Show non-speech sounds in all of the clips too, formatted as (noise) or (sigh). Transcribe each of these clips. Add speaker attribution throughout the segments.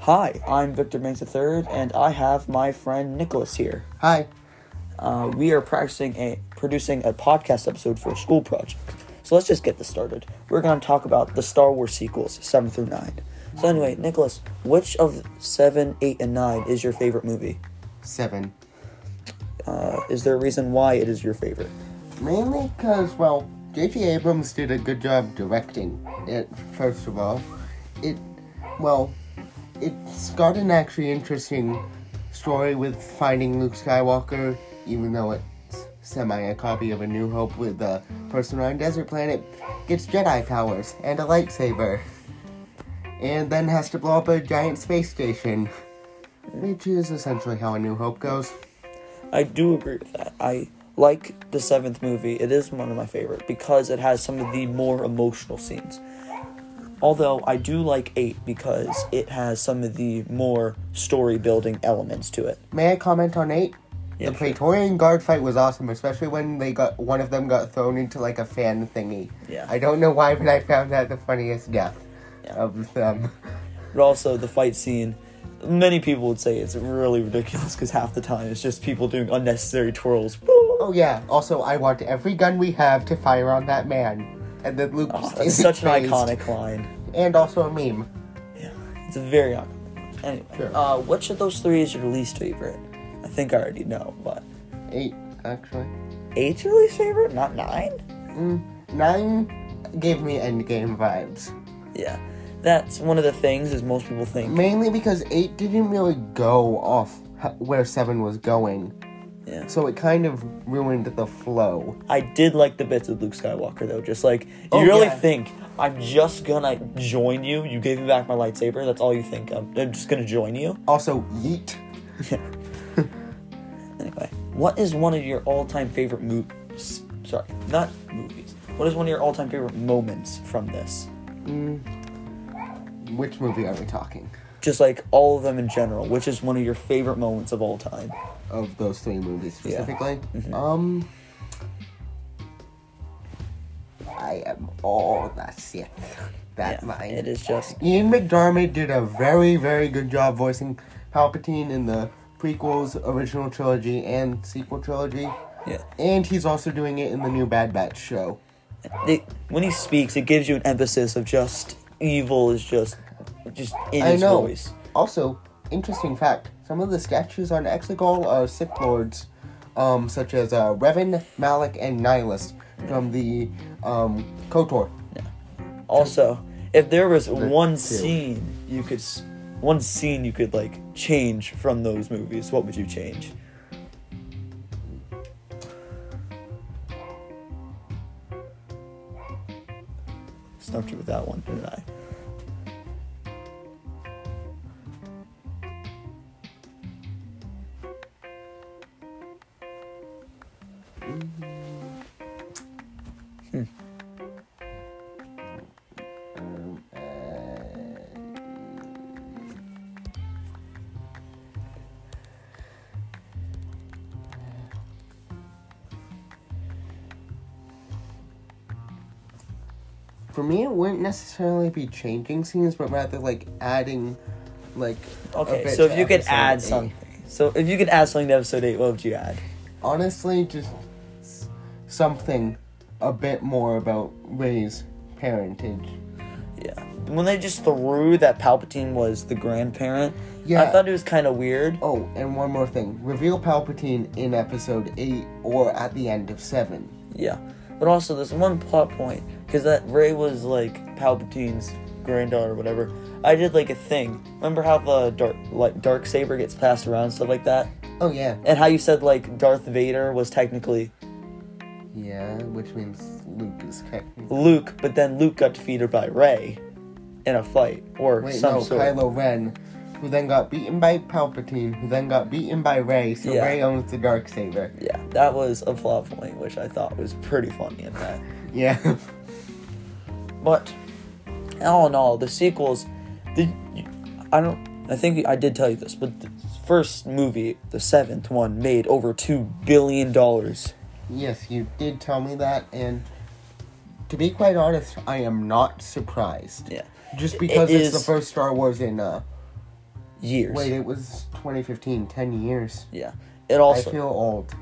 Speaker 1: Hi, I'm Victor Banks III, and I have my friend Nicholas here.
Speaker 2: Hi.
Speaker 1: Uh, we are practicing a producing a podcast episode for a school project. So let's just get this started. We're going to talk about the Star Wars sequels, seven through nine. So anyway, Nicholas, which of seven, eight, and nine is your favorite movie?
Speaker 2: Seven.
Speaker 1: Uh, is there a reason why it is your favorite?
Speaker 2: Mainly because, well, J.J. Abrams did a good job directing it, first of all. It, well, it's got an actually interesting story with finding Luke Skywalker, even though it's semi a copy of A New Hope with a person on a desert planet gets Jedi powers and a lightsaber, and then has to blow up a giant space station, which is essentially how A New Hope goes.
Speaker 1: I do agree with that. I like the seventh movie. It is one of my favorite because it has some of the more emotional scenes. Although I do like eight because it has some of the more story building elements to it.
Speaker 2: May I comment on eight?
Speaker 1: Yeah,
Speaker 2: the
Speaker 1: sure.
Speaker 2: Praetorian Guard fight was awesome, especially when they got one of them got thrown into like a fan thingy.
Speaker 1: Yeah.
Speaker 2: I don't know why, but I found that the funniest death
Speaker 1: Yeah.
Speaker 2: of them.
Speaker 1: But also the fight scene. Many people would say it's really ridiculous because half the time it's just people doing unnecessary twirls.
Speaker 2: Oh yeah. Also, I want every gun we have to fire on that man. And then Luke.
Speaker 1: Oh,
Speaker 2: is
Speaker 1: that's such an
Speaker 2: phased.
Speaker 1: iconic line.
Speaker 2: And also a meme.
Speaker 1: Yeah, it's a very iconic. Anyway,
Speaker 2: Sure.
Speaker 1: uh, which of those three is your least favorite? I think I already know, but
Speaker 2: Eight, actually.
Speaker 1: eight's your least favorite, not nine.
Speaker 2: Nine gave me Endgame vibes.
Speaker 1: Yeah, that's one of the things is most people think.
Speaker 2: Mainly because eight didn't really go off h- where seven was going,
Speaker 1: Yeah.
Speaker 2: so it kind of ruined the flow.
Speaker 1: I did like the bits of Luke Skywalker though. Just like you
Speaker 2: Oh,
Speaker 1: really
Speaker 2: yeah.
Speaker 1: think I'm just gonna join you. You gave me back my lightsaber. That's all you think. I'm, I'm just gonna join you.
Speaker 2: Also, yeet.
Speaker 1: Anyway, what is one of your all-time favorite movies? Sorry, not movies. What is one of your all-time favorite moments from this?
Speaker 2: Which movie are we talking?
Speaker 1: Just like all of them in general. Which is one of your favorite moments of all time?
Speaker 2: Of those three movies
Speaker 1: Yeah. Mm-hmm.
Speaker 2: specifically? Um. I am all that shit. (laughs) That mind.
Speaker 1: it is just
Speaker 2: Ian McDiarmid did a very, very good job voicing Palpatine in the prequels, original trilogy, and sequel trilogy.
Speaker 1: yeah.
Speaker 2: And he's also doing it in the new Bad Batch show.
Speaker 1: It, when he speaks, it gives you an emphasis of just evil is just just in
Speaker 2: I
Speaker 1: his
Speaker 2: know.
Speaker 1: voice.
Speaker 2: Also, interesting fact: some of the statues on Exegol are Sith lords, um, such as uh, Revan, Malik, and Nihilus from the um, Kotor.
Speaker 1: Also, if there was one
Speaker 2: two.
Speaker 1: scene you could, s- one scene you could like change from those movies, what would you change? Stumped you with that one, didn't I?
Speaker 2: For me, it wouldn't necessarily be changing scenes, but rather like adding, like. a
Speaker 1: Okay,
Speaker 2: bit
Speaker 1: so
Speaker 2: to
Speaker 1: if you could
Speaker 2: episode
Speaker 1: add
Speaker 2: eight.
Speaker 1: something, so if you could add something to episode eight, what would you add?
Speaker 2: honestly, just s- something a bit more about Ray's parentage.
Speaker 1: Yeah. When they just threw that Palpatine was the grandparent, yeah. I
Speaker 2: Yeah.
Speaker 1: thought it was kind of weird.
Speaker 2: Oh, and one more thing: reveal Palpatine in Episode Eight or at the end of Seven.
Speaker 1: Yeah. But also, there's one plot point because that Ray was like Palpatine's granddaughter or whatever. I did like a thing. Remember how the dark like dark saber gets passed around and stuff like that,
Speaker 2: Oh yeah.
Speaker 1: and how you said like Darth Vader was technically
Speaker 2: Yeah, which means Luke is technically.
Speaker 1: Luke, but then Luke got defeated by Ray in a fight or
Speaker 2: Wait,
Speaker 1: some
Speaker 2: no,
Speaker 1: sort.
Speaker 2: Kylo Ren, who then got beaten by Palpatine, who then got beaten by Rey, so
Speaker 1: Yeah.
Speaker 2: Rey owns the dark saber.
Speaker 1: Yeah, that was a plot point which I thought was pretty funny in that.
Speaker 2: Yeah. (laughs)
Speaker 1: But all in all, the sequels. Did you, I don't? I think I did tell you this, but the first movie, the seventh one, made over two billion dollars.
Speaker 2: yes, you did tell me that, and to be quite honest, I am not surprised.
Speaker 1: Yeah.
Speaker 2: Just because it's the
Speaker 1: is-
Speaker 2: first Star Wars in uh,
Speaker 1: years.
Speaker 2: Wait, it was 2015, 10 years.
Speaker 1: Yeah. It
Speaker 2: I
Speaker 1: also
Speaker 2: feel old.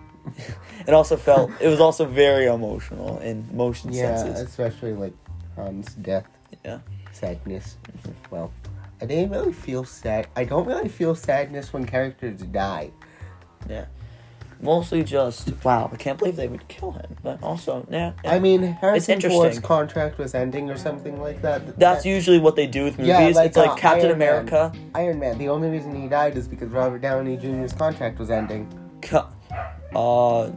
Speaker 1: it also felt it was also very emotional in motion
Speaker 2: Yeah,
Speaker 1: senses.
Speaker 2: especially like Han's death,
Speaker 1: Yeah.
Speaker 2: sadness. Well, I didn't really feel sad. I don't really feel sadness when characters die.
Speaker 1: Yeah. Mostly just wow, I can't believe they would kill him. But also, yeah. yeah.
Speaker 2: I mean, Harrison
Speaker 1: interesting.
Speaker 2: Ford's contract was ending or something like that.
Speaker 1: that's
Speaker 2: That-
Speaker 1: usually what they do with movies. it's
Speaker 2: uh,
Speaker 1: like Captain
Speaker 2: Iron Man.
Speaker 1: America.
Speaker 2: Iron Man. The only reason he died is because Robert Downey Jr.'s contract was ending.
Speaker 1: Ca- uh, uh,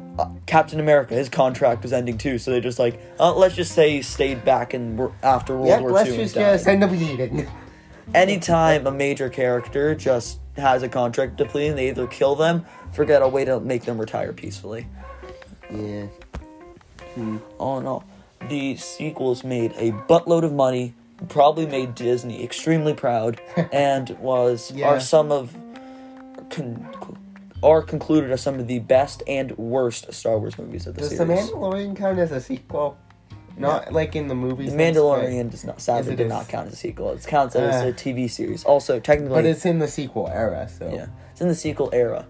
Speaker 1: Captain America, his contract was ending too, so they're just like, uh, let's just say he stayed back in wor- after World
Speaker 2: Yeah,
Speaker 1: War
Speaker 2: let's
Speaker 1: II.
Speaker 2: just
Speaker 1: and died.
Speaker 2: just (laughs) end up eating.
Speaker 1: Anytime a major character just has a contract depleting, they either kill them, forget a way to make them retire peacefully.
Speaker 2: yeah.
Speaker 1: All in all, the sequels made a buttload of money, probably made Disney extremely
Speaker 2: (laughs)
Speaker 1: proud, and was
Speaker 2: Yeah.
Speaker 1: are some of con- are concluded as some of the best and worst Star Wars movies of the
Speaker 2: Does
Speaker 1: series.
Speaker 2: The Mandalorian count as a sequel? Not like in the movies.
Speaker 1: The Mandalorian does not sadly
Speaker 2: it
Speaker 1: did
Speaker 2: is.
Speaker 1: not count as a sequel. It counts as
Speaker 2: Uh.
Speaker 1: a TV series. Also, technically,
Speaker 2: But it's in the sequel era, so
Speaker 1: yeah, it's in the sequel era.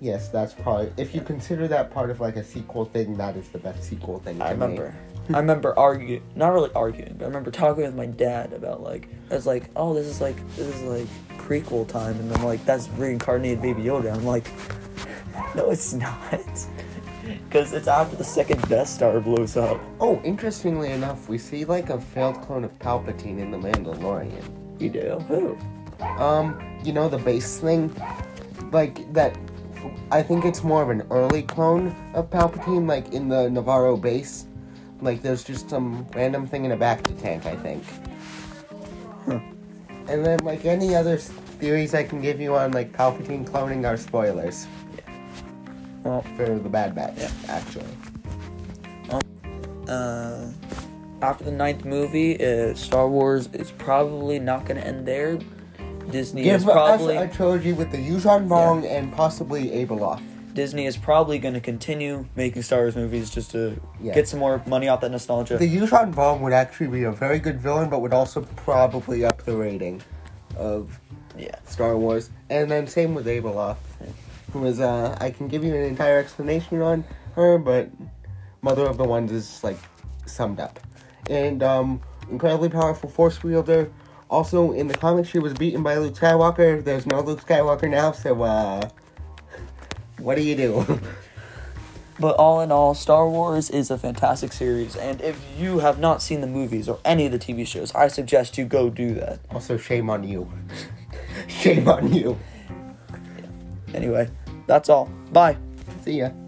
Speaker 2: yes, that's probably if you consider that part of like a sequel thing, that is the best sequel thing.
Speaker 1: I
Speaker 2: to me. (laughs)
Speaker 1: remember, I remember arguing, not really arguing, but I remember talking with my dad about like I was like, oh, this is like this is like prequel time, and I'm like, that's reincarnated Baby Yoda. I'm like, (laughs) no, it's not, (laughs) because it's after the second Death Star blows up.
Speaker 2: Oh, interestingly enough, we see like a failed clone of Palpatine in the Mandalorian.
Speaker 1: You do who?
Speaker 2: Um, you know the base thing, like that. I think it's more of an early clone of Palpatine, like in the Navarro base. Like there's just some random thing in a back to tank, I think. And then like any other s- theories I can give you on like Palpatine cloning are spoilers
Speaker 1: Well,
Speaker 2: for the Bad Batch,
Speaker 1: Yeah.
Speaker 2: actually.
Speaker 1: uh, after the ninth movie, uh, Star Wars is probably not going to end there. Disney is
Speaker 2: Give
Speaker 1: probably
Speaker 2: us a trilogy with the Yuuzhan Vong and possibly Abeloth.
Speaker 1: Disney is probably going to continue making Star Wars movies just to
Speaker 2: Yeah.
Speaker 1: get some more money off that nostalgia.
Speaker 2: The Yuuzhan Vong would actually be a very good villain, but would also probably up the rating of
Speaker 1: yeah,
Speaker 2: Star Wars. And then same with Abeloth, who is uh, I can give you an entire explanation on her, but Mother of the Ones is like summed up. And um, incredibly powerful force wielder. Also in the comics, she was beaten by Luke Skywalker. There's no Luke Skywalker now, so uh, what do you do? (laughs)
Speaker 1: but all in all, Star Wars is a fantastic series, and if you have not seen the movies or any of the TV shows, I suggest you go do that.
Speaker 2: also, shame on you. (laughs) shame on you.
Speaker 1: Anyway, that's all. Bye.
Speaker 2: See ya.